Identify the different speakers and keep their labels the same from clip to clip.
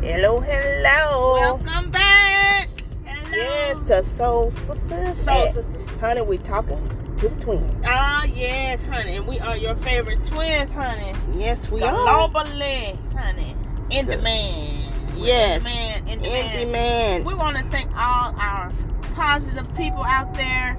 Speaker 1: Hello, hello.
Speaker 2: Welcome back. Hello.
Speaker 1: Yes, to Soul Sisters.
Speaker 2: Soul
Speaker 1: And,
Speaker 2: Sisters.
Speaker 1: Honey, we talking to the twins.
Speaker 2: Ah, yes, honey. And we are your favorite twins, honey.
Speaker 1: Yes, we are.
Speaker 2: Globally, honey. In
Speaker 1: Good.
Speaker 2: demand. We're
Speaker 1: Yes.
Speaker 2: In demand. In demand.
Speaker 1: In demand.
Speaker 2: We want to thank all our positive people out there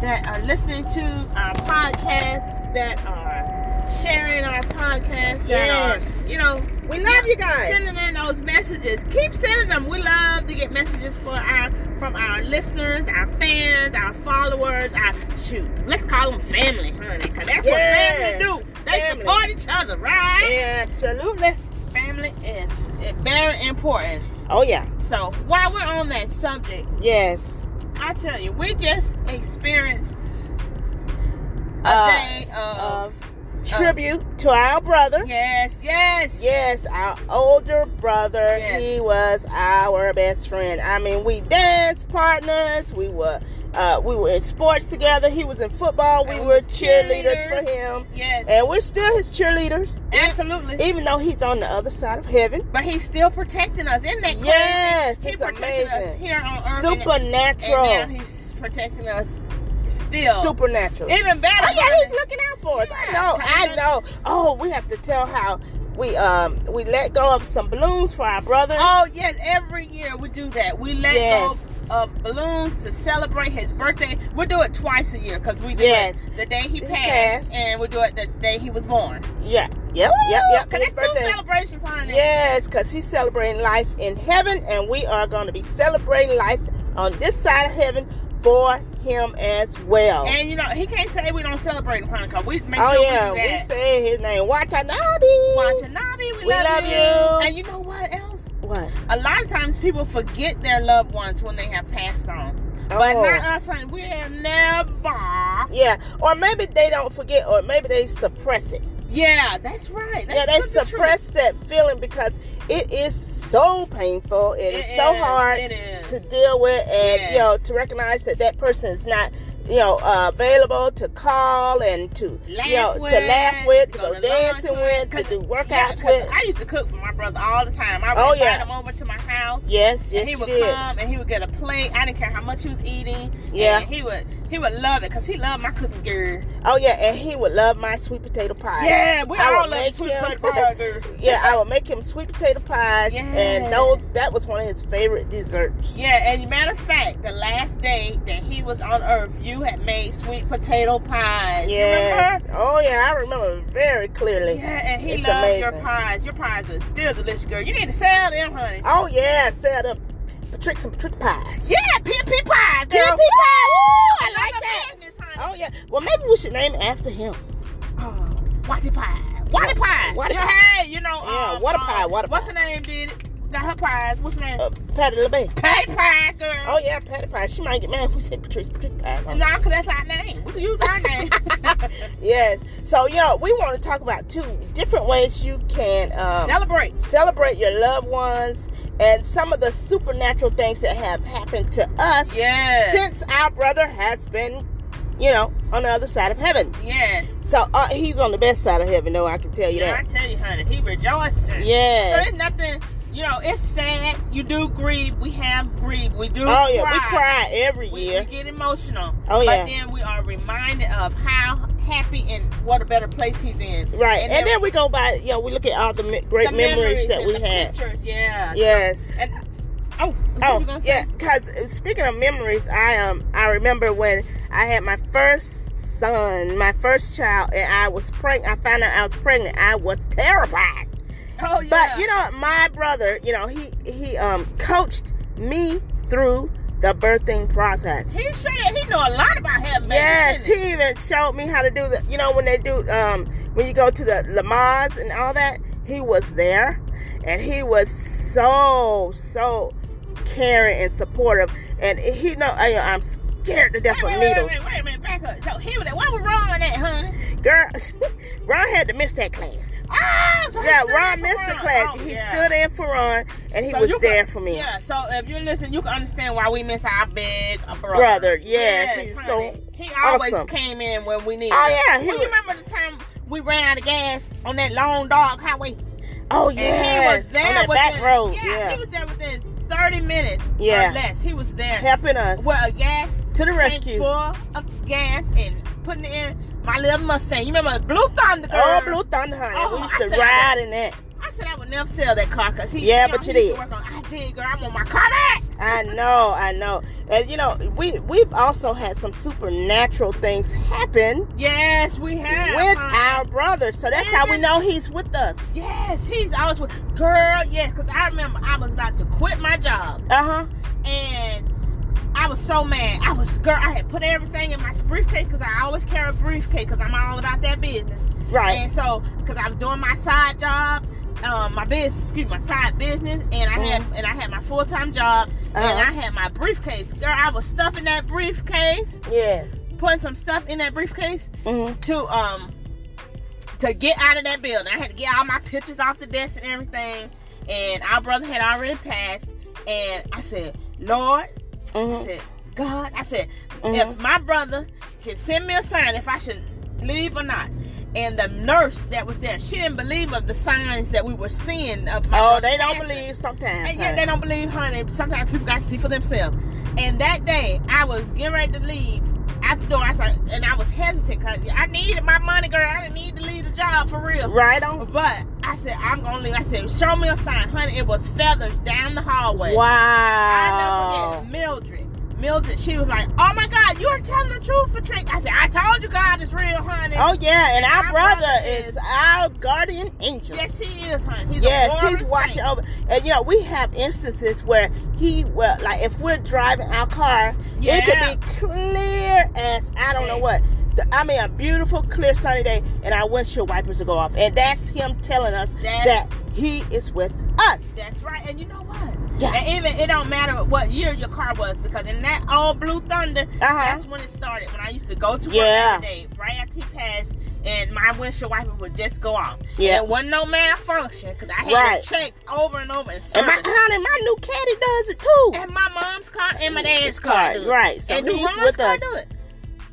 Speaker 2: that are listening to our podcast, that are sharing our podcast, that
Speaker 1: Yes.
Speaker 2: are, you know,
Speaker 1: We love you guys.
Speaker 2: Sending in those messages. Keep sending them. We love to get messages for our from our listeners, our fans, our followers, our shoot. Let's call them family, honey, because
Speaker 1: Yes.
Speaker 2: that's what family do. They
Speaker 1: Family.
Speaker 2: support each other, right?
Speaker 1: Absolutely.
Speaker 2: Family is is very important.
Speaker 1: Oh, yeah.
Speaker 2: So while we're on that subject,
Speaker 1: Yes.
Speaker 2: I tell you, we just experienced a
Speaker 1: Uh,
Speaker 2: day of,
Speaker 1: Of tribute to our brother.
Speaker 2: yes, yes,
Speaker 1: Yes, our older brother.
Speaker 2: Yes.
Speaker 1: He was our best friend. I mean, we danced partners. We were uh, we were in sports together. He was in football. We
Speaker 2: And we
Speaker 1: were
Speaker 2: were
Speaker 1: cheerleaders
Speaker 2: cheerleaders.
Speaker 1: for him,
Speaker 2: yes,
Speaker 1: and we're still his cheerleaders.
Speaker 2: absolutely.
Speaker 1: Even though he's on the other side of heaven.
Speaker 2: but he's still protecting us, isn't that crazy?
Speaker 1: Yes,
Speaker 2: he
Speaker 1: it's
Speaker 2: protected us
Speaker 1: amazing.
Speaker 2: here on Earth, and-
Speaker 1: Supernatural.
Speaker 2: and now he's protecting us still,
Speaker 1: Supernatural.
Speaker 2: even better.
Speaker 1: Oh yeah, he's
Speaker 2: honey.
Speaker 1: looking out for us. I
Speaker 2: Yeah,
Speaker 1: know, I
Speaker 2: kinda.
Speaker 1: know. Oh, we have to tell how we um we let go of some balloons for our brother.
Speaker 2: Oh yes, every year we do that. We let
Speaker 1: Yes.
Speaker 2: go of balloons to celebrate his birthday. We do it twice a year because we do
Speaker 1: Yes.
Speaker 2: it the day he
Speaker 1: He
Speaker 2: passed,
Speaker 1: passed.
Speaker 2: and we do it the day he was born.
Speaker 1: Yeah, yep, yep, yep.
Speaker 2: Cause
Speaker 1: his
Speaker 2: it's
Speaker 1: birthday.
Speaker 2: two celebrations on it.
Speaker 1: Yes, because he's celebrating life in heaven, and we are going to be celebrating life on this side of heaven for him as well.
Speaker 2: And you know he can't say we don't celebrate him, cause we make
Speaker 1: oh
Speaker 2: sure
Speaker 1: yeah,
Speaker 2: we
Speaker 1: we,
Speaker 2: do that.
Speaker 1: say his name, Watanabe.
Speaker 2: Watanabe, we,
Speaker 1: We
Speaker 2: love,
Speaker 1: love
Speaker 2: you.
Speaker 1: you.
Speaker 2: And you know what else?
Speaker 1: What?
Speaker 2: A lot of times people forget their loved ones when they have passed on. But
Speaker 1: Oh.
Speaker 2: not us, honey. We're never.
Speaker 1: Yeah, or maybe they don't forget, or maybe they suppress it.
Speaker 2: Yeah, that's right. That's
Speaker 1: yeah, they
Speaker 2: good to truth.
Speaker 1: suppress that feeling because it is so painful. it is, so hard
Speaker 2: It is.
Speaker 1: to deal with and
Speaker 2: Yes.
Speaker 1: you know to recognize that that person is not you know uh, available to call and to
Speaker 2: Laugh
Speaker 1: you know
Speaker 2: with,
Speaker 1: to laugh with to go,
Speaker 2: to lunch
Speaker 1: dancing with to
Speaker 2: 'cause-
Speaker 1: do
Speaker 2: yeah,
Speaker 1: workouts
Speaker 2: 'cause
Speaker 1: with
Speaker 2: I used to cook for my brother all the time. I would
Speaker 1: Oh,
Speaker 2: invite
Speaker 1: yeah.
Speaker 2: him over to my house.
Speaker 1: yes yes
Speaker 2: and he
Speaker 1: you
Speaker 2: would
Speaker 1: did
Speaker 2: come and he would get a plate. I didn't care how much he was eating.
Speaker 1: Yeah.
Speaker 2: And he would he would love it because he loved my cooking girl.
Speaker 1: oh yeah and he would love my sweet potato pie
Speaker 2: Yeah, we
Speaker 1: I
Speaker 2: all
Speaker 1: would
Speaker 2: love
Speaker 1: make
Speaker 2: sweet
Speaker 1: him-
Speaker 2: potato pie girl.
Speaker 1: yeah I would make him sweet potato pies and
Speaker 2: Yes.
Speaker 1: those that was one of his favorite desserts
Speaker 2: Yeah, and matter of fact, the last day that he was on Earth, you had made sweet potato pies. You
Speaker 1: yes
Speaker 2: Remember?
Speaker 1: oh yeah I remember very clearly
Speaker 2: Yeah, and he
Speaker 1: It's
Speaker 2: loved your
Speaker 1: amazing.
Speaker 2: pies. Your pies are still delicious, girl. You need to sell them, honey.
Speaker 1: oh yeah set up tricks and trick pies
Speaker 2: Yeah, PMP pies, girl.
Speaker 1: PMP pies, woo, I like that. Oh yeah. Well, maybe we should name it after him.
Speaker 2: Oh, Watty pie. Watty pie.
Speaker 1: Watty
Speaker 2: yeah,
Speaker 1: pie.
Speaker 2: Hey, you know.
Speaker 1: Yeah,
Speaker 2: um,
Speaker 1: Watty
Speaker 2: um,
Speaker 1: pie, Watty
Speaker 2: What's
Speaker 1: pie.
Speaker 2: her name, did it? Got her pies. What's her name?
Speaker 1: Uh, Patty LeBay.
Speaker 2: Patty pies, girl.
Speaker 1: Oh yeah, Patty Pie. She might get mad if we say Patrice Patrice Pie.
Speaker 2: No, because that's our name. We can use our name.
Speaker 1: yes. So you know, we want to talk about two different ways you can um,
Speaker 2: Celebrate.
Speaker 1: celebrate your loved ones and some of the supernatural things that have happened to us
Speaker 2: Yes.
Speaker 1: since our brother has been, you know, on the other side of heaven.
Speaker 2: Yes.
Speaker 1: So uh, he's on the best side of heaven, though I can tell you
Speaker 2: Yeah, I
Speaker 1: that.
Speaker 2: tell you, honey, he rejoicing. So
Speaker 1: Yes.
Speaker 2: there's nothing, you know, it's sad. You do grieve. We have grief. We do
Speaker 1: oh yeah,
Speaker 2: cry.
Speaker 1: we cry every
Speaker 2: We,
Speaker 1: year.
Speaker 2: we get emotional.
Speaker 1: Oh,
Speaker 2: but
Speaker 1: yeah.
Speaker 2: then we are reminded of how happy and what a better place he's in.
Speaker 1: Right, and,
Speaker 2: then
Speaker 1: then, we go by, you know, we look at all the me- great
Speaker 2: the
Speaker 1: memories, that
Speaker 2: and
Speaker 1: we
Speaker 2: the
Speaker 1: had.
Speaker 2: Pictures, yeah.
Speaker 1: Yes.
Speaker 2: And oh, what you
Speaker 1: Oh,
Speaker 2: gonna
Speaker 1: yeah.
Speaker 2: say?
Speaker 1: Because speaking of memories, I um I remember when I had my first son, my first child, and I was pregnant. I found out I was pregnant. I was terrified.
Speaker 2: Oh, yeah.
Speaker 1: But you know, my brother, you know, he he um coached me through the birthing process.
Speaker 2: he sure he know a lot about having babies,
Speaker 1: Yes,
Speaker 2: didn't
Speaker 1: he even showed me how to do the. You know when they do um when you go to the Lamas and all that, he was there, and he was so so caring and supportive, and he know I, I'm scared to death
Speaker 2: Wait,
Speaker 1: of
Speaker 2: wait,
Speaker 1: needles.
Speaker 2: Wait, wait, wait, a minute, back up. So he was where was Ron at, honey?
Speaker 1: Girl, Ron had to miss that class.
Speaker 2: Oh, so he
Speaker 1: Yeah,
Speaker 2: stood in
Speaker 1: Ron
Speaker 2: for
Speaker 1: missed the
Speaker 2: Ron.
Speaker 1: class.
Speaker 2: Oh,
Speaker 1: he
Speaker 2: yeah.
Speaker 1: stood in for Ron, and he
Speaker 2: So
Speaker 1: was
Speaker 2: you
Speaker 1: there
Speaker 2: can-
Speaker 1: for me.
Speaker 2: Yeah, so if you're listening, you can understand why we miss our big brother.
Speaker 1: Brother, yes, he's so
Speaker 2: honey. he always
Speaker 1: awesome.
Speaker 2: came in when we needed.
Speaker 1: Oh,
Speaker 2: him.
Speaker 1: yeah, he
Speaker 2: Well,
Speaker 1: was-
Speaker 2: you remember the time we ran out of gas on that long dog highway?
Speaker 1: Oh
Speaker 2: And
Speaker 1: yeah,
Speaker 2: he was there
Speaker 1: on that
Speaker 2: within,
Speaker 1: back road.
Speaker 2: Yeah,
Speaker 1: Yeah,
Speaker 2: he was there within 30 minutes
Speaker 1: Yeah.
Speaker 2: or less. He was there
Speaker 1: helping us
Speaker 2: with a gas
Speaker 1: to the
Speaker 2: tank
Speaker 1: rescue.
Speaker 2: full of gas and putting it in my little Mustang. You remember Blue Thunder girl?
Speaker 1: Oh, Blue Thunder, honey.
Speaker 2: Oh,
Speaker 1: we used
Speaker 2: I
Speaker 1: to
Speaker 2: said
Speaker 1: ride in that.
Speaker 2: I said I would never sell that car because he.
Speaker 1: Yeah,
Speaker 2: know,
Speaker 1: but you
Speaker 2: he used
Speaker 1: did.
Speaker 2: to work on- I did, girl. I'm on my Corvette.
Speaker 1: I know, I know. And you know, we we've also had some supernatural things happen
Speaker 2: Yes, we have.
Speaker 1: with
Speaker 2: huh?
Speaker 1: our brother. So that's how we
Speaker 2: Mhm.
Speaker 1: know he's with us.
Speaker 2: Yes, he's always with girl. Yes, because I remember I was about to quit my job
Speaker 1: Uh huh.
Speaker 2: and I was so mad. I was girl. I had put everything in my briefcase because I always carry a briefcase because I'm all about that business.
Speaker 1: Right.
Speaker 2: And so because I was doing my side job, um, my business, excuse me, my side business, and I had and I had my full time job and
Speaker 1: Mm-hmm. Uh-huh.
Speaker 2: I had my briefcase. Girl, I was stuffing that briefcase,
Speaker 1: yeah.
Speaker 2: putting some stuff in that briefcase
Speaker 1: hmm
Speaker 2: to um to get out of that building. I had to get all my pictures off the desk and everything. And our brother had already passed. And I said, Lord, I
Speaker 1: hmm
Speaker 2: said, God, I said,
Speaker 1: Mhm.
Speaker 2: if my brother can send me a sign if I should leave or not. And the nurse that was there, she didn't believe of the signs that we were seeing of my
Speaker 1: Oh,
Speaker 2: brother
Speaker 1: they don't
Speaker 2: passing.
Speaker 1: believe sometimes.
Speaker 2: And yeah,
Speaker 1: honey.
Speaker 2: they don't believe, honey. Sometimes people got to see for themselves. And that day, I was getting ready to leave out the door. I said, and I was hesitant because I needed my money, girl. I didn't need to leave the job for real.
Speaker 1: Right on.
Speaker 2: But I said, I'm gonna leave. I said, show me a sign, honey. It was feathers down the hallway. I
Speaker 1: Wow.
Speaker 2: never forget Mildred. Mildred, she was like, "Oh my God, you are telling the truth, Patrick." I said, "I told you, God is real, honey."
Speaker 1: Oh yeah, and our
Speaker 2: My
Speaker 1: brother
Speaker 2: brother
Speaker 1: is
Speaker 2: is-
Speaker 1: our guardian angel.
Speaker 2: yes, he is, honey. He's a
Speaker 1: yes,
Speaker 2: warring
Speaker 1: he's watching
Speaker 2: saint.
Speaker 1: over. And you know, we have instances where he will, like, if we're driving our car, it
Speaker 2: Yeah.
Speaker 1: could be clear as I don't know what. The- I mean, a beautiful, clear, sunny day, and our windshield wipers will go off, and that's him telling us
Speaker 2: That-
Speaker 1: that he is with us.
Speaker 2: That's right, and you know what?
Speaker 1: Yeah.
Speaker 2: And even it don't matter what year your car was because in that old blue thunder,
Speaker 1: Uh huh.
Speaker 2: that's when it started. When I used to go to work
Speaker 1: Yeah.
Speaker 2: every day, right after he passed, and my windshield wiper would just go off.
Speaker 1: Yeah.
Speaker 2: It wasn't no malfunction because I had
Speaker 1: Right.
Speaker 2: it checked over and over and
Speaker 1: And my
Speaker 2: serviced.
Speaker 1: honey, my new caddy does it too.
Speaker 2: And my mom's car and my dad's
Speaker 1: His
Speaker 2: car, do it.
Speaker 1: right? So
Speaker 2: and
Speaker 1: he's
Speaker 2: Ron's
Speaker 1: with
Speaker 2: car
Speaker 1: us.
Speaker 2: do it.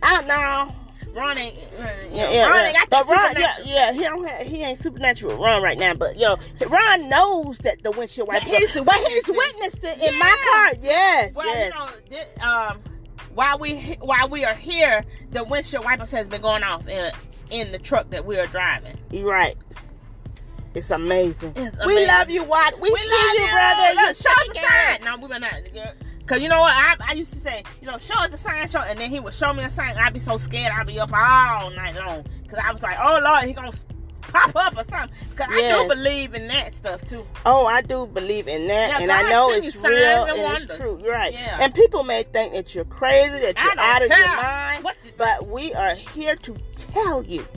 Speaker 1: I know.
Speaker 2: Ron ain't, uh,
Speaker 1: Yeah,
Speaker 2: yeah,
Speaker 1: yeah,
Speaker 2: Ron
Speaker 1: yeah.
Speaker 2: ain't got that
Speaker 1: But Ron, yeah,
Speaker 2: supernatural.
Speaker 1: yeah, he don't have, he ain't supernatural with Ron right now. But yo, Ron knows that the windshield
Speaker 2: But
Speaker 1: wipers.
Speaker 2: he's
Speaker 1: go- but he's
Speaker 2: witnessed it.
Speaker 1: witnessed it in
Speaker 2: Yeah.
Speaker 1: my car. Yes,
Speaker 2: Well,
Speaker 1: yes.
Speaker 2: you know, thi- um, while we he- while we are here, the windshield wipers has been going off in in the truck that we are driving.
Speaker 1: You're right. It's, it's amazing.
Speaker 2: It's
Speaker 1: We
Speaker 2: amazing.
Speaker 1: love you, Watt. We, see you, brother.
Speaker 2: Look,
Speaker 1: You
Speaker 2: show us
Speaker 1: take
Speaker 2: a
Speaker 1: care.
Speaker 2: sign. No, we better not. girl. Cause you know what I, I used to say, you know, show us a sign, show, and then he would show me a sign. and I'd be so scared, I'd be up all night long, cause I was like, oh lord, he gonna s- pop up or something. Cause I
Speaker 1: Yes.
Speaker 2: do believe in that stuff too.
Speaker 1: Oh, I do believe in that,
Speaker 2: Yeah,
Speaker 1: and
Speaker 2: God
Speaker 1: I know
Speaker 2: send you
Speaker 1: it's real
Speaker 2: signs
Speaker 1: and,
Speaker 2: and
Speaker 1: it's
Speaker 2: wonders.
Speaker 1: true. You're right.
Speaker 2: Yeah.
Speaker 1: And people may think that you're crazy, that
Speaker 2: I
Speaker 1: you're
Speaker 2: don't
Speaker 1: out of your
Speaker 2: care.
Speaker 1: mind,
Speaker 2: What the-
Speaker 1: but we are here to tell you.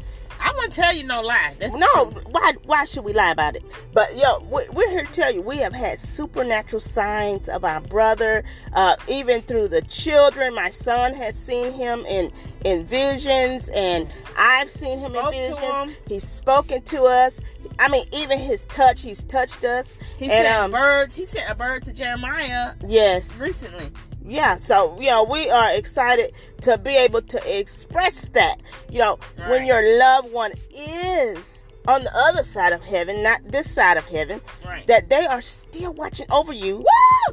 Speaker 2: I'm gonna tell you no lie. That's the
Speaker 1: No,
Speaker 2: truth.
Speaker 1: why why should we lie about it? But yo, we- we're here to tell you we have had supernatural signs of our brother, uh, even through the children. My son has seen him in in visions, and I've seen him
Speaker 2: Spoke to
Speaker 1: in visions.
Speaker 2: him.
Speaker 1: He's spoken to us. I mean, even his touch, he's touched us.
Speaker 2: He
Speaker 1: and,
Speaker 2: sent
Speaker 1: um,
Speaker 2: birds. He sent a bird to Jeremiah
Speaker 1: Yes,
Speaker 2: recently.
Speaker 1: yeah. So you know, we are excited to be able to express that. You know, when
Speaker 2: Right.
Speaker 1: your loved one is on the other side of heaven, not this side of heaven.
Speaker 2: Right.
Speaker 1: that they are still watching over you,
Speaker 2: Woo!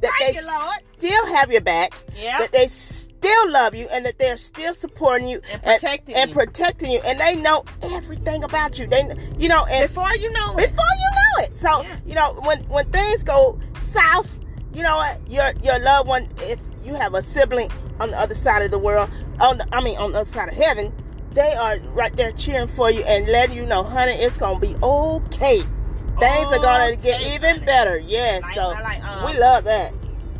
Speaker 1: that
Speaker 2: Thank
Speaker 1: they
Speaker 2: you, Lord.
Speaker 1: still have your back,
Speaker 2: Yeah.
Speaker 1: that they still love you, and that they are still supporting you
Speaker 2: and protecting
Speaker 1: and
Speaker 2: you.
Speaker 1: protecting you, and they know everything about you. They, you know, and
Speaker 2: Before you know it.
Speaker 1: before you know it. So
Speaker 2: Yeah.
Speaker 1: you know when when things go south, you know what your your loved one, if you have a sibling on the other side of the world, on the, I mean on the other side of heaven, they are right there cheering for you and letting you know, honey, it's gonna be okay. Things are gonna get
Speaker 2: Okay,
Speaker 1: even
Speaker 2: honey.
Speaker 1: better. Yes,
Speaker 2: Oh, Like-
Speaker 1: so
Speaker 2: like, um,
Speaker 1: we love that.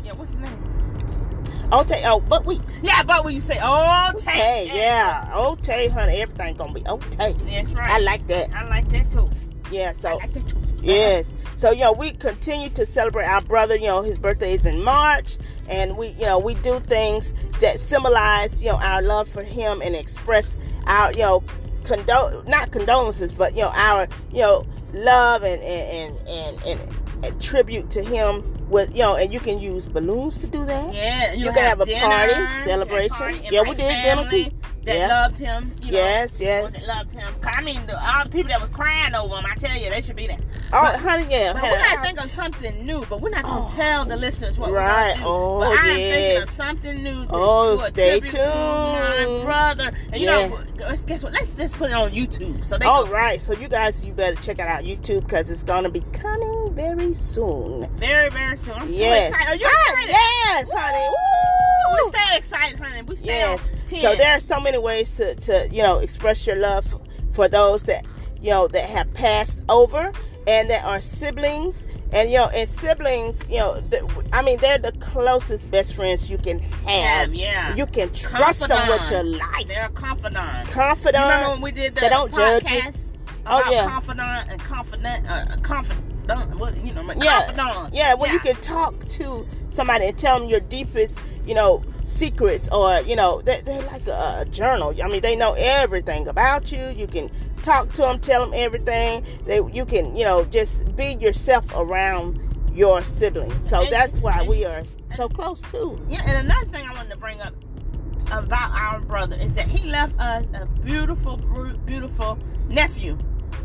Speaker 2: Yeah, what's his name?
Speaker 1: Okay, oh, but we
Speaker 2: Yeah, but when you say, oh,
Speaker 1: okay,
Speaker 2: Tay.
Speaker 1: yeah, okay, honey, everything gonna be okay.
Speaker 2: That's right.
Speaker 1: I like that.
Speaker 2: I like that too.
Speaker 1: Yeah, so
Speaker 2: I like that too.
Speaker 1: Yes. So you know, we continue to celebrate our brother. You know, his birthday is in March, and we you know we do things that symbolize you know our love for him and express our you know condol not condolences, but you know our you know love and and and and, and, and tribute to him with you know, and you can use balloons to do that.
Speaker 2: Yeah,
Speaker 1: You can have a
Speaker 2: dinner,
Speaker 1: party,
Speaker 2: you can
Speaker 1: celebration.
Speaker 2: party,
Speaker 1: Yeah, we
Speaker 2: invite
Speaker 1: did dinner
Speaker 2: family.
Speaker 1: too.
Speaker 2: that
Speaker 1: Yeah.
Speaker 2: loved him. You know,
Speaker 1: Yes,
Speaker 2: the ones
Speaker 1: yes.
Speaker 2: That loved him. 'Cause, I mean, the, all the people that was crying over him, I tell you, they should be there.
Speaker 1: Oh, honey, yeah.
Speaker 2: But
Speaker 1: honey,
Speaker 2: we gotta
Speaker 1: I-
Speaker 2: think of something new. But we're not gonna
Speaker 1: Oh.
Speaker 2: tell the listeners what
Speaker 1: Right.
Speaker 2: we're gonna do.
Speaker 1: Oh,
Speaker 2: but I am thinking of
Speaker 1: yes.
Speaker 2: something new. To,
Speaker 1: Oh,
Speaker 2: to a
Speaker 1: stay
Speaker 2: tribute To my
Speaker 1: tuned.
Speaker 2: brother. And you
Speaker 1: Yeah.
Speaker 2: know, let's- guess what? Let's just put it on YouTube. So they
Speaker 1: All
Speaker 2: go
Speaker 1: right, so you guys, you better check out our YouTube because it's gonna be coming very soon.
Speaker 2: very, very soon. I'm
Speaker 1: yes.
Speaker 2: so excited. Are you
Speaker 1: Ah,
Speaker 2: excited?
Speaker 1: Yes, honey. Woo!
Speaker 2: We stay excited, honey. We stay
Speaker 1: Yes.
Speaker 2: on 10.
Speaker 1: So there are so many ways to, to you know express your love f- for those that you know that have passed over and that are siblings and you know and siblings you know the, I mean they're the closest best friends you can have.
Speaker 2: Have, yeah.
Speaker 1: You can trust them with your
Speaker 2: Confidant. They're
Speaker 1: life.
Speaker 2: a confidant.
Speaker 1: Confidant.
Speaker 2: You remember when we did the
Speaker 1: They don't judge
Speaker 2: podcast
Speaker 1: you. Oh,
Speaker 2: about
Speaker 1: yeah.
Speaker 2: confidant and confident, uh, confidant, what, you know, my
Speaker 1: yeah,
Speaker 2: confidant.
Speaker 1: yeah. Well, you can talk to somebody and tell them your deepest, you know, secrets, or you know, they, they're like a, a journal. I mean, they know everything about you. You can talk to them, tell them everything. They, you can, you know, just be yourself around your siblings. So
Speaker 2: And-
Speaker 1: that's why
Speaker 2: and-
Speaker 1: we are so close too.
Speaker 2: Yeah, and another thing I wanted to bring up about our brother is that he left us a beautiful, bru- beautiful nephew.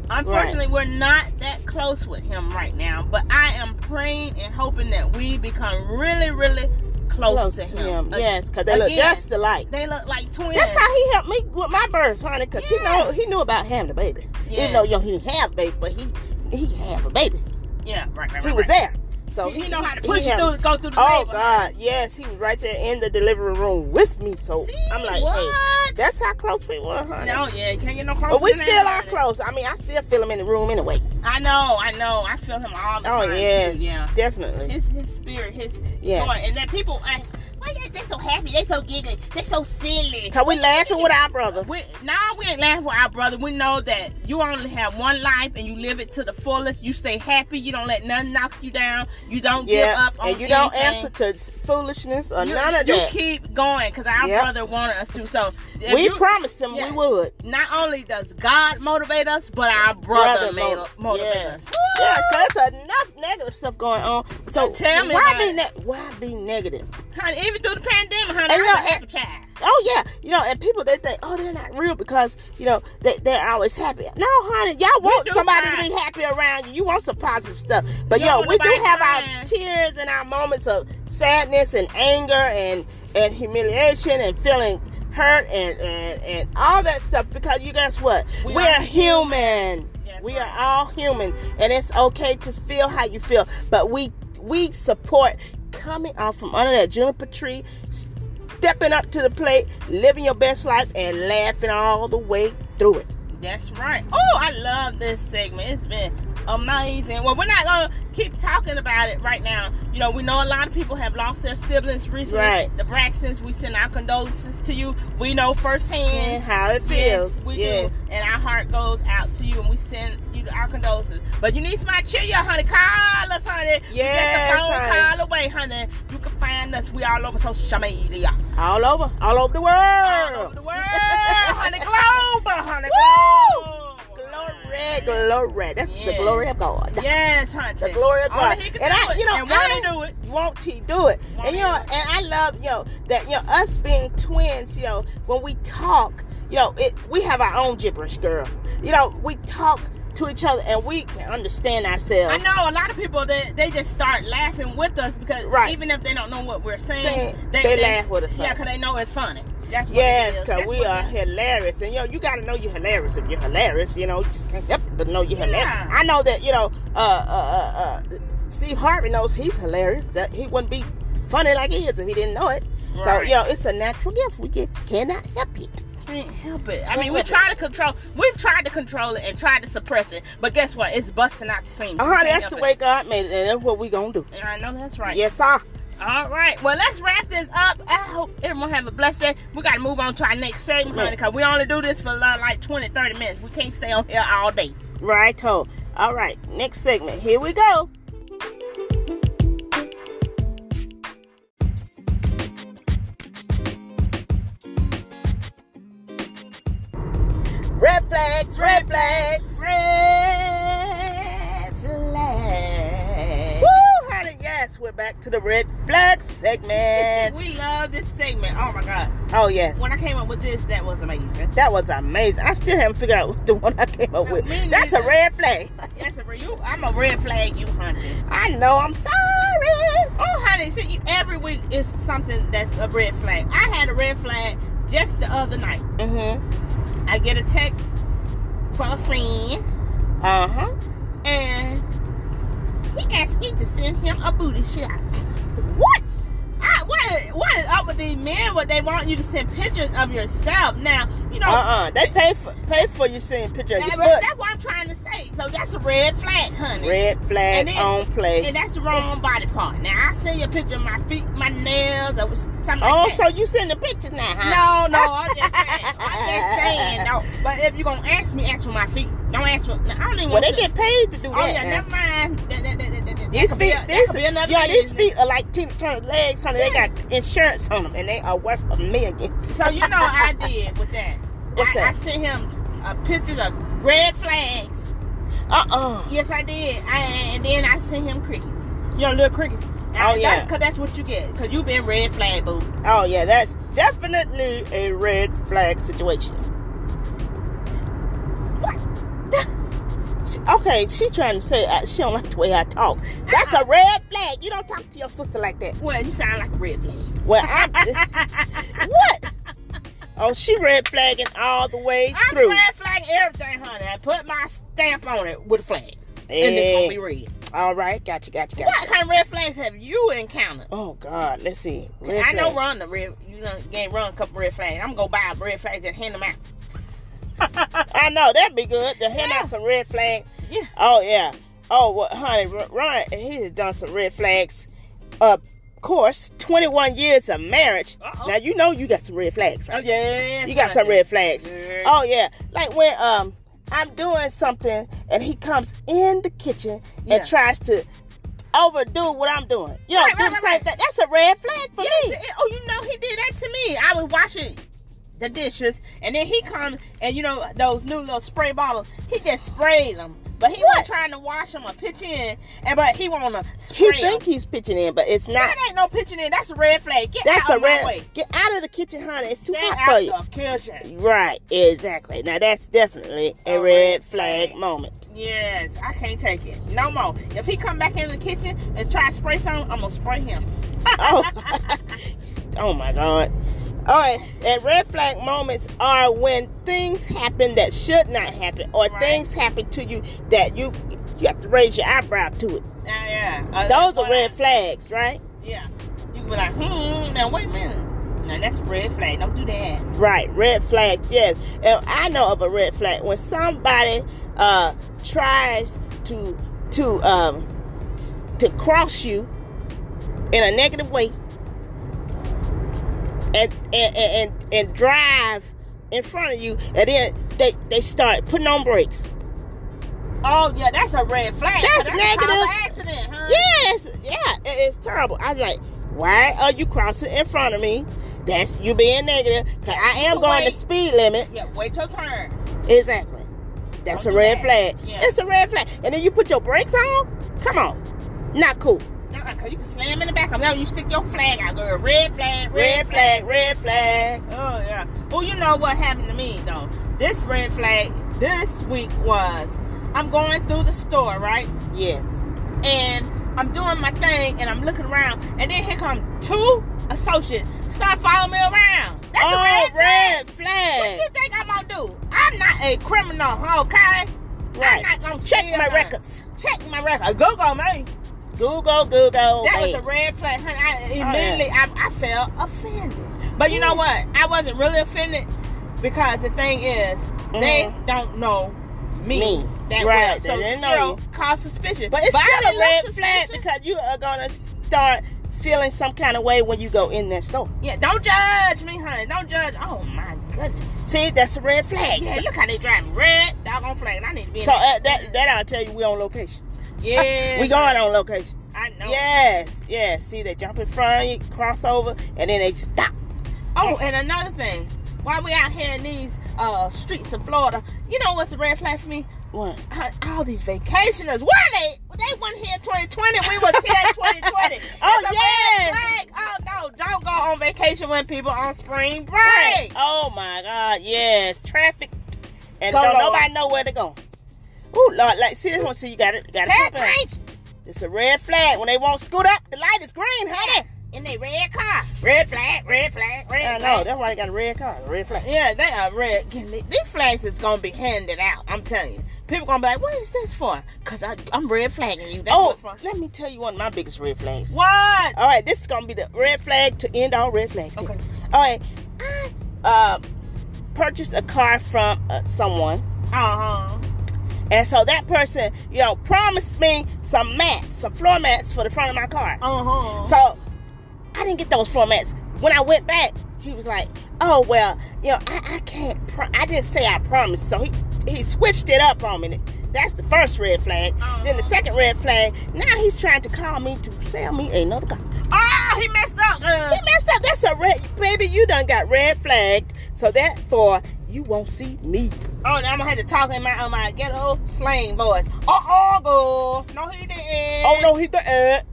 Speaker 2: Unfortunately, we're not that close with him right now, but I am praying and hoping that we become really, really close, to him. Ag-
Speaker 1: yes, because they look
Speaker 2: again,
Speaker 1: just alike.
Speaker 2: They look like twins.
Speaker 1: That's how he helped me with my birth, honey, because he know
Speaker 2: Yes.
Speaker 1: he knew about having a baby.
Speaker 2: Yes.
Speaker 1: Even though you know, he didn't have a baby, but he he have a baby.
Speaker 2: yeah, right, right, right.
Speaker 1: he was
Speaker 2: right.
Speaker 1: there. So
Speaker 2: He, he know how to push
Speaker 1: he
Speaker 2: you
Speaker 1: had-
Speaker 2: through, go through the
Speaker 1: Oh
Speaker 2: labor.
Speaker 1: God, yes, he was right there in the delivery room with me. So
Speaker 2: See,
Speaker 1: I'm like,
Speaker 2: what?
Speaker 1: hey, that's how close we were, honey.
Speaker 2: no, yeah, you can't get no closer.
Speaker 1: but we
Speaker 2: than
Speaker 1: still are
Speaker 2: that, honey.
Speaker 1: close. I mean, I still feel him in the room anyway.
Speaker 2: I know, I know. I feel him all the
Speaker 1: Oh
Speaker 2: time. too,
Speaker 1: yes,
Speaker 2: yeah.
Speaker 1: definitely.
Speaker 2: his his spirit, his
Speaker 1: Yeah.
Speaker 2: joy, and that people ask, why they, they so happy, they so giggly, they so silly.
Speaker 1: Cause we laughing with our brother.
Speaker 2: We, no, we ain't laughing with our brother. We know that you only have one life and you live it to the fullest. You stay happy. You don't let nothing knock you down. You don't give
Speaker 1: Yeah,
Speaker 2: up on
Speaker 1: and you don't
Speaker 2: anything.
Speaker 1: answer to foolishness or
Speaker 2: You,
Speaker 1: none of
Speaker 2: you
Speaker 1: that.
Speaker 2: keep going because our
Speaker 1: Yep.
Speaker 2: brother wanted us to. So if
Speaker 1: we
Speaker 2: you-
Speaker 1: promised him
Speaker 2: Yeah.
Speaker 1: we would.
Speaker 2: not only does God motivate us, but our brother, made,
Speaker 1: motive-
Speaker 2: motivate
Speaker 1: yes.
Speaker 2: us.
Speaker 1: Yes, cause there's enough negative stuff going on. So,
Speaker 2: So tell me
Speaker 1: why
Speaker 2: about
Speaker 1: be
Speaker 2: it.
Speaker 1: ne- why be negative?
Speaker 2: Honey, even through the pandemic, honey,
Speaker 1: And
Speaker 2: I
Speaker 1: no,
Speaker 2: was a happy
Speaker 1: and-
Speaker 2: child.
Speaker 1: Oh yeah, you know, and people they think, oh, they're not real because you know they they're always happy. No, honey, y'all want
Speaker 2: do
Speaker 1: somebody to
Speaker 2: cry.
Speaker 1: be happy around you. You want some positive stuff, but
Speaker 2: You don't
Speaker 1: yo,
Speaker 2: want
Speaker 1: we do
Speaker 2: nobody
Speaker 1: have
Speaker 2: crying.
Speaker 1: our tears and our moments of sadness and anger and and humiliation and feeling hurt and and, and all that stuff because you guess what?
Speaker 2: We
Speaker 1: We,
Speaker 2: are
Speaker 1: are human.
Speaker 2: Yes,
Speaker 1: we
Speaker 2: right.
Speaker 1: are all human, and it's okay to feel how you feel, but we we support coming out from under that juniper tree stepping up to the plate, living your best life, and laughing all the way through it.
Speaker 2: That's right. Oh, I love this segment. It's been amazing. Well, we're not gonna keep talking about it right now. You know, we know a lot of people have lost their siblings recently.
Speaker 1: Right.
Speaker 2: The Braxtons, we send our condolences to you. We know
Speaker 1: And
Speaker 2: firsthand.
Speaker 1: how it feels.
Speaker 2: Mm-hmm. Yes, we
Speaker 1: yes.
Speaker 2: do. And our heart goes out to you, and we send you our condolences. But you need somebody to cheer you, up, honey. Call us, honey. We
Speaker 1: Yes,
Speaker 2: just a phone
Speaker 1: honey.
Speaker 2: call away, honey. You can find us. We all over social media.
Speaker 1: All over, all over the world.
Speaker 2: All over the world, honey. Globe, honey. Globe.
Speaker 1: glory, glory. That's the
Speaker 2: Yes.
Speaker 1: glory of God.
Speaker 2: Yes, hunting.
Speaker 1: The glory of God.
Speaker 2: Only he can
Speaker 1: And
Speaker 2: do
Speaker 1: I,
Speaker 2: it.
Speaker 1: you know,
Speaker 2: and
Speaker 1: I
Speaker 2: want to do it.
Speaker 1: won't he do it? and
Speaker 2: Won't he
Speaker 1: you know,
Speaker 2: do
Speaker 1: and
Speaker 2: it?
Speaker 1: I love you know that you know us being twins. You know, when we talk, you know, it we have our own gibberish, girl. You know, we talk to each other and we can understand ourselves.
Speaker 2: I know a lot of people they, they just start laughing with us because
Speaker 1: Right.
Speaker 2: even if they don't know what we're saying,
Speaker 1: Saying, they laugh with us,
Speaker 2: Yeah,
Speaker 1: like-
Speaker 2: because they know it's funny. That's what
Speaker 1: Yes,
Speaker 2: it is.
Speaker 1: because
Speaker 2: That's
Speaker 1: we
Speaker 2: what
Speaker 1: are
Speaker 2: it is.
Speaker 1: hilarious. And, you know, you got to know you're hilarious. If you're hilarious, you know, you just can't help it but know you're
Speaker 2: Yeah.
Speaker 1: hilarious. I know that, you know, uh, uh, uh, uh, Steve Harvey knows he's hilarious. That he wouldn't be funny like he is if he didn't know it. So,
Speaker 2: Right.
Speaker 1: you know, it's a natural gift. We get, cannot help it.
Speaker 2: Can't help it. I mean, we
Speaker 1: help it.
Speaker 2: try to control. We've tried to control it and tried to suppress it, but guess what? It's busting out the seams.
Speaker 1: Uh
Speaker 2: We
Speaker 1: huh.
Speaker 2: can't
Speaker 1: That's
Speaker 2: help
Speaker 1: the
Speaker 2: it.
Speaker 1: way God made it, and that's what we going to do.
Speaker 2: And I know that's right.
Speaker 1: Yes, sir.
Speaker 2: All right. Well, let's wrap this up. I hope everyone have a blessed day. We got to move on to our next segment, honey, because we only do this for uh, like 20, 30 minutes. We can't stay on here all day.
Speaker 1: Right, ho. All right. Next segment. Here we go. Red flags, red flags, red flags. Woo, honey, yes, we're back to the red flags segment.
Speaker 2: We love this segment. Oh my god.
Speaker 1: Oh yes,
Speaker 2: When I came up with this, that was amazing.
Speaker 1: that was amazing. I still haven't figured out what the one I came up
Speaker 2: No,
Speaker 1: with.
Speaker 2: me
Speaker 1: That's a
Speaker 2: neither.
Speaker 1: red flag.
Speaker 2: That's a re- you. I'm a red flag you hunting.
Speaker 1: I know. I'm sorry.
Speaker 2: Oh honey, see you every week is something that's a red flag. I had a red flag just the other night. Mm-hmm.
Speaker 1: Mhm.
Speaker 2: I get a text from a friend
Speaker 1: Uh huh.
Speaker 2: and he asked me to send him a booty shot.
Speaker 1: What?
Speaker 2: I, what, what is up with these men where they want you to send pictures of yourself? Now, you know,
Speaker 1: Uh uh They pay for pay for you seeing picture of
Speaker 2: that-
Speaker 1: your foot.
Speaker 2: that's what I'm trying to say. So that's a red flag, honey.
Speaker 1: Red flag
Speaker 2: And then-
Speaker 1: on play.
Speaker 2: And that's the wrong body part. Now, I send you a picture of my feet, my nails, or something
Speaker 1: Oh,
Speaker 2: like that.
Speaker 1: so you sending pictures now? Huh?
Speaker 2: No, no, I'm just saying. I'm just saying, no. But if you're going to ask me, ask for my feet. Don't ask for, I don't
Speaker 1: Well,
Speaker 2: even want
Speaker 1: they
Speaker 2: to-
Speaker 1: get paid to do
Speaker 2: Oh,
Speaker 1: that.
Speaker 2: yeah,
Speaker 1: now.
Speaker 2: never mind. That, that, that, that, that, that
Speaker 1: These
Speaker 2: could be
Speaker 1: feet,
Speaker 2: a- that
Speaker 1: these,
Speaker 2: could be another
Speaker 1: yeah, these
Speaker 2: business.
Speaker 1: feet are like Tina Turner's legs, honey.
Speaker 2: Yeah.
Speaker 1: They got insurance on them, and they are worth a million.
Speaker 2: So you know what I did with that.
Speaker 1: What's
Speaker 2: I,
Speaker 1: that?
Speaker 2: I sent him a picture of red flags.
Speaker 1: Uh uh
Speaker 2: Yes, I did. I, and then I sent him crickets. You know, little crickets.
Speaker 1: Oh, yeah.
Speaker 2: Because that's what you get. Because you've been red flag, boo.
Speaker 1: Oh yeah, that's definitely a red flag situation. What? She- Okay, she trying to say uh, she don't like the way I talk. That's a red flag. You don't talk to your sister like that.
Speaker 2: Well, you sound like a red flag.
Speaker 1: Well, I'm what? Oh, she red flagging all the way
Speaker 2: I'm
Speaker 1: through.
Speaker 2: red flag everything, honey. I put my stamp on it with a flag. And it's going to be red.
Speaker 1: Eh, all right, gotcha, gotcha, gotcha.
Speaker 2: What kind of red flags have you encountered?
Speaker 1: Oh God, let's see. Red
Speaker 2: I know
Speaker 1: flag.
Speaker 2: Ron the red, you know, gave Ron a couple red flags. I'm going to go buy a red flag, just hand them out.
Speaker 1: I know that'd be good to hand
Speaker 2: Yeah.
Speaker 1: out some red flag.
Speaker 2: Yeah.
Speaker 1: Oh yeah. Oh well, honey, R- Ron he has done some red flags. Of course, 21 years of marriage.
Speaker 2: Uh-oh.
Speaker 1: Now you know you got some red flags.
Speaker 2: Oh
Speaker 1: Right?
Speaker 2: yeah,
Speaker 1: You got some red flags.
Speaker 2: Yeah.
Speaker 1: Oh yeah, like when um I'm doing something and he comes in the kitchen
Speaker 2: Yeah.
Speaker 1: and tries to overdo what I'm doing. You know,
Speaker 2: Right,
Speaker 1: do
Speaker 2: right,
Speaker 1: the
Speaker 2: right,
Speaker 1: same
Speaker 2: right.
Speaker 1: thing. That's a red flag for
Speaker 2: Yes,
Speaker 1: me.
Speaker 2: it- oh, you know he did that to me. I was washing the dishes, and then he come and you know those new little spray bottles. He just sprayed them, but he
Speaker 1: What?
Speaker 2: was trying to wash them or pitch in, and but he wanna
Speaker 1: He
Speaker 2: spray.
Speaker 1: think
Speaker 2: 'em.
Speaker 1: he's pitching in, but it's not.
Speaker 2: that ain't no pitching in. That's a red flag. Get
Speaker 1: That's
Speaker 2: out
Speaker 1: a
Speaker 2: of my
Speaker 1: red.
Speaker 2: way.
Speaker 1: Get out of the kitchen, honey. It's too
Speaker 2: Get
Speaker 1: hot
Speaker 2: out
Speaker 1: for you.
Speaker 2: the kitchen.
Speaker 1: Right, exactly. Now that's definitely a
Speaker 2: A
Speaker 1: red
Speaker 2: red
Speaker 1: flag
Speaker 2: flag.
Speaker 1: moment.
Speaker 2: Yes, I can't take it no more. If he come back in the kitchen and try to spray something, I'm gonna spray him.
Speaker 1: Oh, oh my God. All right, and red flag moments are when things happen that should not happen, or
Speaker 2: Right.
Speaker 1: things happen to you that you you have to raise your eyebrow to it.
Speaker 2: Yeah, yeah. Uh,
Speaker 1: Those are
Speaker 2: what
Speaker 1: red
Speaker 2: I-
Speaker 1: flags, right?
Speaker 2: Yeah. You be like, hmm, now wait a minute. Now that's a red flag. Don't do that.
Speaker 1: Right, red flags. Yes, and I know of a red flag when somebody uh, tries to to um, to cross you in a negative way, and and and, and, and drive in front of you, and then they they start putting on brakes.
Speaker 2: Oh yeah, that's a red flag.
Speaker 1: That's
Speaker 2: a
Speaker 1: negative.
Speaker 2: cause of accident, huh?
Speaker 1: Yes, yeah, it- it's terrible. I'm like, why are you crossing in front of me? That's you being negative. 'cause I am going the
Speaker 2: Wait.
Speaker 1: speed limit.
Speaker 2: Yeah. Wait your turn.
Speaker 1: Exactly. That's
Speaker 2: Don't
Speaker 1: a
Speaker 2: do
Speaker 1: red
Speaker 2: that.
Speaker 1: flag.
Speaker 2: Yeah.
Speaker 1: It's a red flag. And then you put your brakes on? Come on. Not cool.
Speaker 2: Nah, cause you can slam in the back. I'm telling you, you stick your flag out, girl. Red flag. Red,
Speaker 1: Red flag, red flag.
Speaker 2: Oh yeah. Well, you know what happened to me though. This red flag this week was I'm going through the store right,
Speaker 1: Yes.
Speaker 2: and I'm doing my thing, and I'm looking around, and then here come two associates start following me around. That's
Speaker 1: oh,
Speaker 2: a red flag. What
Speaker 1: flag.
Speaker 2: you think I'm gonna do? I'm not a criminal, okay?
Speaker 1: Right.
Speaker 2: I'm not gonna
Speaker 1: Check
Speaker 2: steal
Speaker 1: my
Speaker 2: nothing.
Speaker 1: records.
Speaker 2: Check my record. Google me.
Speaker 1: Google, Google.
Speaker 2: That was
Speaker 1: Oh, wait. Oh,
Speaker 2: a red flag, honey. I immediately I, I felt offended. But you know
Speaker 1: Mm.
Speaker 2: what? I wasn't really offended because the thing is, they
Speaker 1: Mhm.
Speaker 2: don't know me,
Speaker 1: Me. Right,
Speaker 2: that well.
Speaker 1: they
Speaker 2: So
Speaker 1: didn't know
Speaker 2: you know,
Speaker 1: you.
Speaker 2: cause suspicion.
Speaker 1: But it's
Speaker 2: I
Speaker 1: still a
Speaker 2: didn't look
Speaker 1: red flag
Speaker 2: suspicious.
Speaker 1: because you are going to start feeling some kind of way when you go in that store.
Speaker 2: Yeah, don't judge me, honey. Don't judge. Oh my goodness.
Speaker 1: See, that's a red flag.
Speaker 2: Yeah, look how they drive me. red doggone flag. And I need to be in
Speaker 1: so
Speaker 2: that.
Speaker 1: uh, that, that I'll tell you we on location.
Speaker 2: yeah,
Speaker 1: we going on location.
Speaker 2: I know.
Speaker 1: Yes, yes. See, they jump in front of you, cross over, and then they stop.
Speaker 2: Oh, and another thing, while we out here in these uh, streets of Florida, you know what's a red flag for me?
Speaker 1: What?
Speaker 2: Uh, All these vacationers, where they? They weren't here in 2020. We was here in 2020.
Speaker 1: Oh,
Speaker 2: It's a
Speaker 1: yes.
Speaker 2: red flag. Oh, No, don't go on vacation when people are on spring break.
Speaker 1: Right. Oh my God, yes. Traffic and
Speaker 2: Go
Speaker 1: don't
Speaker 2: Lord.
Speaker 1: nobody know where to go. Ooh, Lord, like see this one, see you got it, got
Speaker 2: That
Speaker 1: it.
Speaker 2: tank
Speaker 1: It's a red flag. When they won't scoot up, the light is green, honey.
Speaker 2: in their red car. Red flag, red flag,
Speaker 1: I
Speaker 2: red
Speaker 1: know.
Speaker 2: flag.
Speaker 1: That's why they got a red car, a red flag.
Speaker 2: Yeah, they are red. These flags is gonna be handed out. I'm telling you, people gonna be like, "What is this for?" Cause I, I'm red flagging you. That's
Speaker 1: oh,
Speaker 2: what for.
Speaker 1: let me tell you one of my biggest red flags.
Speaker 2: What?
Speaker 1: All right, this is gonna be the red flag to end all red flags.
Speaker 2: Okay.
Speaker 1: All right, I um, purchased a car from uh, someone,
Speaker 2: Uh huh.
Speaker 1: and so that person, you know, promised me some mats, some floor mats for the front of my car.
Speaker 2: Uh huh.
Speaker 1: So I didn't get those floor mats. When I went back, he was like, "Oh well, you know, I, I can't. Pro- I didn't say I promised." So he he switched it up on me. That's the first red flag. Then the
Speaker 2: Uh-huh.
Speaker 1: second red flag. Now he's trying to call me to sell me another car.
Speaker 2: oh, he messed up. Uh,
Speaker 1: He messed up. That's a red, baby. You done got red flagged. So therefore, you won't see me.
Speaker 2: oh, now I'm gonna have to talk in my uh, my ghetto slang voice. Oh, oh, girl. No, he didn't.
Speaker 1: Oh no, he the ad.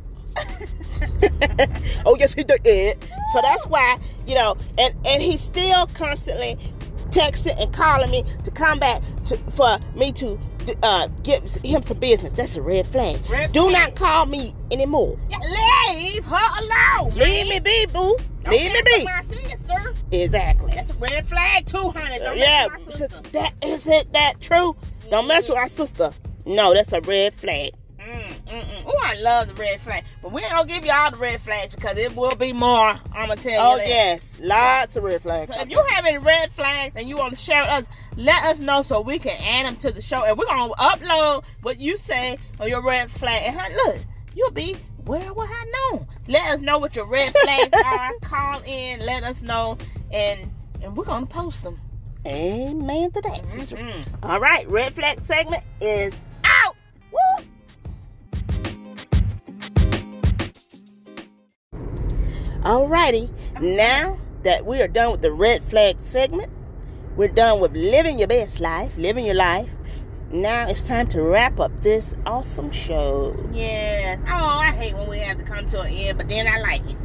Speaker 1: oh yes, he the ad. So that's why you know, and and he's still constantly texting and calling me to come back to for me to uh get him some business. That's a red flag.
Speaker 2: Red
Speaker 1: Do
Speaker 2: flag.
Speaker 1: not call me anymore.
Speaker 2: Yeah, leave her alone.
Speaker 1: Leave me be, boo.
Speaker 2: Don't
Speaker 1: Leave me
Speaker 2: mess
Speaker 1: be.
Speaker 2: with My sister.
Speaker 1: Exactly.
Speaker 2: That's a red flag too, honey. Don't
Speaker 1: yeah,
Speaker 2: mess with my
Speaker 1: so
Speaker 2: sister.
Speaker 1: that isn't that true. Don't mess with our sister. No, that's a red flag.
Speaker 2: Mm, mm, mm. Oh, I love the red flag, but we ain't gonna give you all the red flags because it will be more. I'ma tell
Speaker 1: Oh
Speaker 2: you. that.
Speaker 1: yes, lots of red flags.
Speaker 2: So if you have any red flags and you want to share with us, let us know so we can add them to the show, and we're gonna upload what you say on your red flag. And honey, look, you'll be well. What I know. Let us know what your red flags are. Call in. Let us know, and and we're gonna post Mm. them.
Speaker 1: Amen to
Speaker 2: Mm-hmm.
Speaker 1: that, sister.
Speaker 2: Mm-mm.
Speaker 1: All right, red flag segment is
Speaker 2: Out.
Speaker 1: woo. Alrighty, now that we are done with the red flag segment, we're done with living your best life, living your life. Now it's time to wrap up this awesome show.
Speaker 2: Yes. Oh, I hate when we have to come to an end, but then I like it.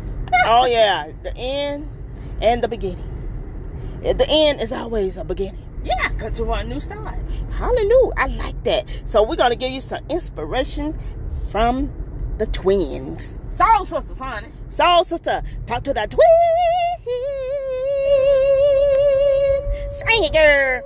Speaker 1: oh yeah, the end and the beginning. At The end is always a beginning.
Speaker 2: Yeah, because to our new start.
Speaker 1: Hallelujah. I like that. So we're gonna give you some inspiration from the twins.
Speaker 2: Soul sisters, honey.
Speaker 1: So sister, talk to the twins. Sing it, girl.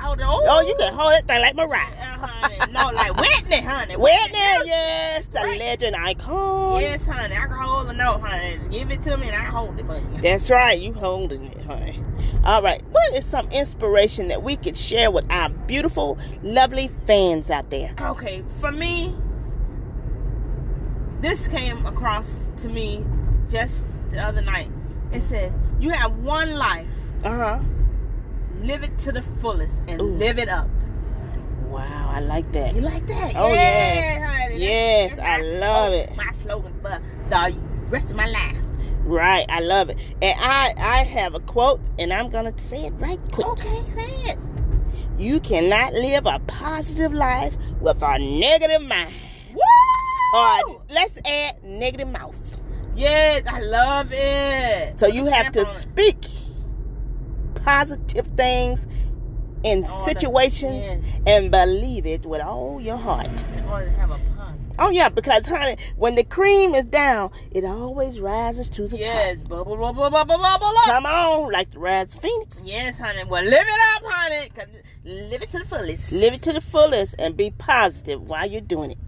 Speaker 2: Oh, the old.
Speaker 1: Oh, you can hold that thing like Mariah.
Speaker 2: Uh, honey. No, like Whitney, honey.
Speaker 1: Whitney, yes, the
Speaker 2: Right.
Speaker 1: legend icon.
Speaker 2: Yes, honey. I can hold the note, honey. Give it to me and I hold it for you.
Speaker 1: That's right, you holding it, honey. All right, what is some inspiration that we could share with our beautiful, lovely fans out there?
Speaker 2: Okay, for me, this came across to me just the other night. It said, You have one life,
Speaker 1: Uh huh.
Speaker 2: live it to the fullest and
Speaker 1: Ooh.
Speaker 2: live it up.
Speaker 1: Wow, I like that.
Speaker 2: You like that?
Speaker 1: Oh, yes.
Speaker 2: honey.
Speaker 1: Yes, I
Speaker 2: my
Speaker 1: love
Speaker 2: slogan-
Speaker 1: it.
Speaker 2: My slogan for the rest of my life.
Speaker 1: Right, I love it. And I I have a quote and I'm going to say it right quick.
Speaker 2: Okay, say it.
Speaker 1: You cannot live a positive life with a negative mind.
Speaker 2: Woo!
Speaker 1: Or let's add negative mouth.
Speaker 2: yes, I love it.
Speaker 1: So you have to
Speaker 2: Stamp
Speaker 1: speak positive things in
Speaker 2: All the-
Speaker 1: situations
Speaker 2: yes.
Speaker 1: and believe it with all your heart.
Speaker 2: on it in order to have a positive.
Speaker 1: Oh yeah, because honey, when the cream is down, it always rises to the
Speaker 2: Yes, bubble, bubble, bubble, bubble
Speaker 1: top.
Speaker 2: up.
Speaker 1: Come on, like the rise of phoenix.
Speaker 2: Yes, honey. Well, live it up, honey. 'cause live it to the fullest.
Speaker 1: Live it to the fullest and be positive while you're doing it.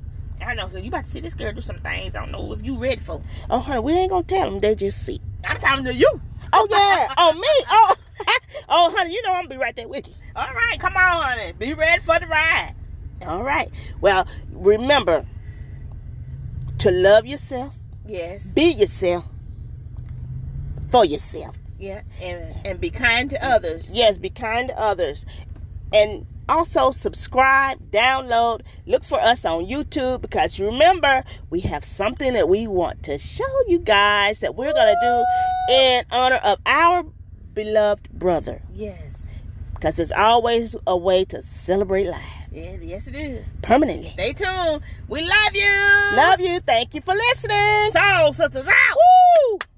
Speaker 2: I know. So you about to see this girl do some things. I don't know if you ready for.
Speaker 1: Oh, honey, we ain't gonna tell them. They just see.
Speaker 2: I'm talking to you.
Speaker 1: Oh yeah. oh me. Oh, oh, honey, you know I'm gonna be right there with you.
Speaker 2: All right, come on, honey. Be ready for the ride.
Speaker 1: All right. Well, remember to love yourself,
Speaker 2: Yes.
Speaker 1: be yourself, for yourself.
Speaker 2: Yeah. And and be kind to others.
Speaker 1: Yes, be kind to others, and also subscribe, download, look for us on YouTube because remember we have something that we want to show you guys that we're gonna do in honor of our beloved brother
Speaker 2: Yes.
Speaker 1: because there's always a way to celebrate life
Speaker 2: Yes. Yes, it is.
Speaker 1: permanently.
Speaker 2: Stay tuned. We love you.
Speaker 1: Love you. Thank you for listening.
Speaker 2: Soul sisters out.
Speaker 1: Woo!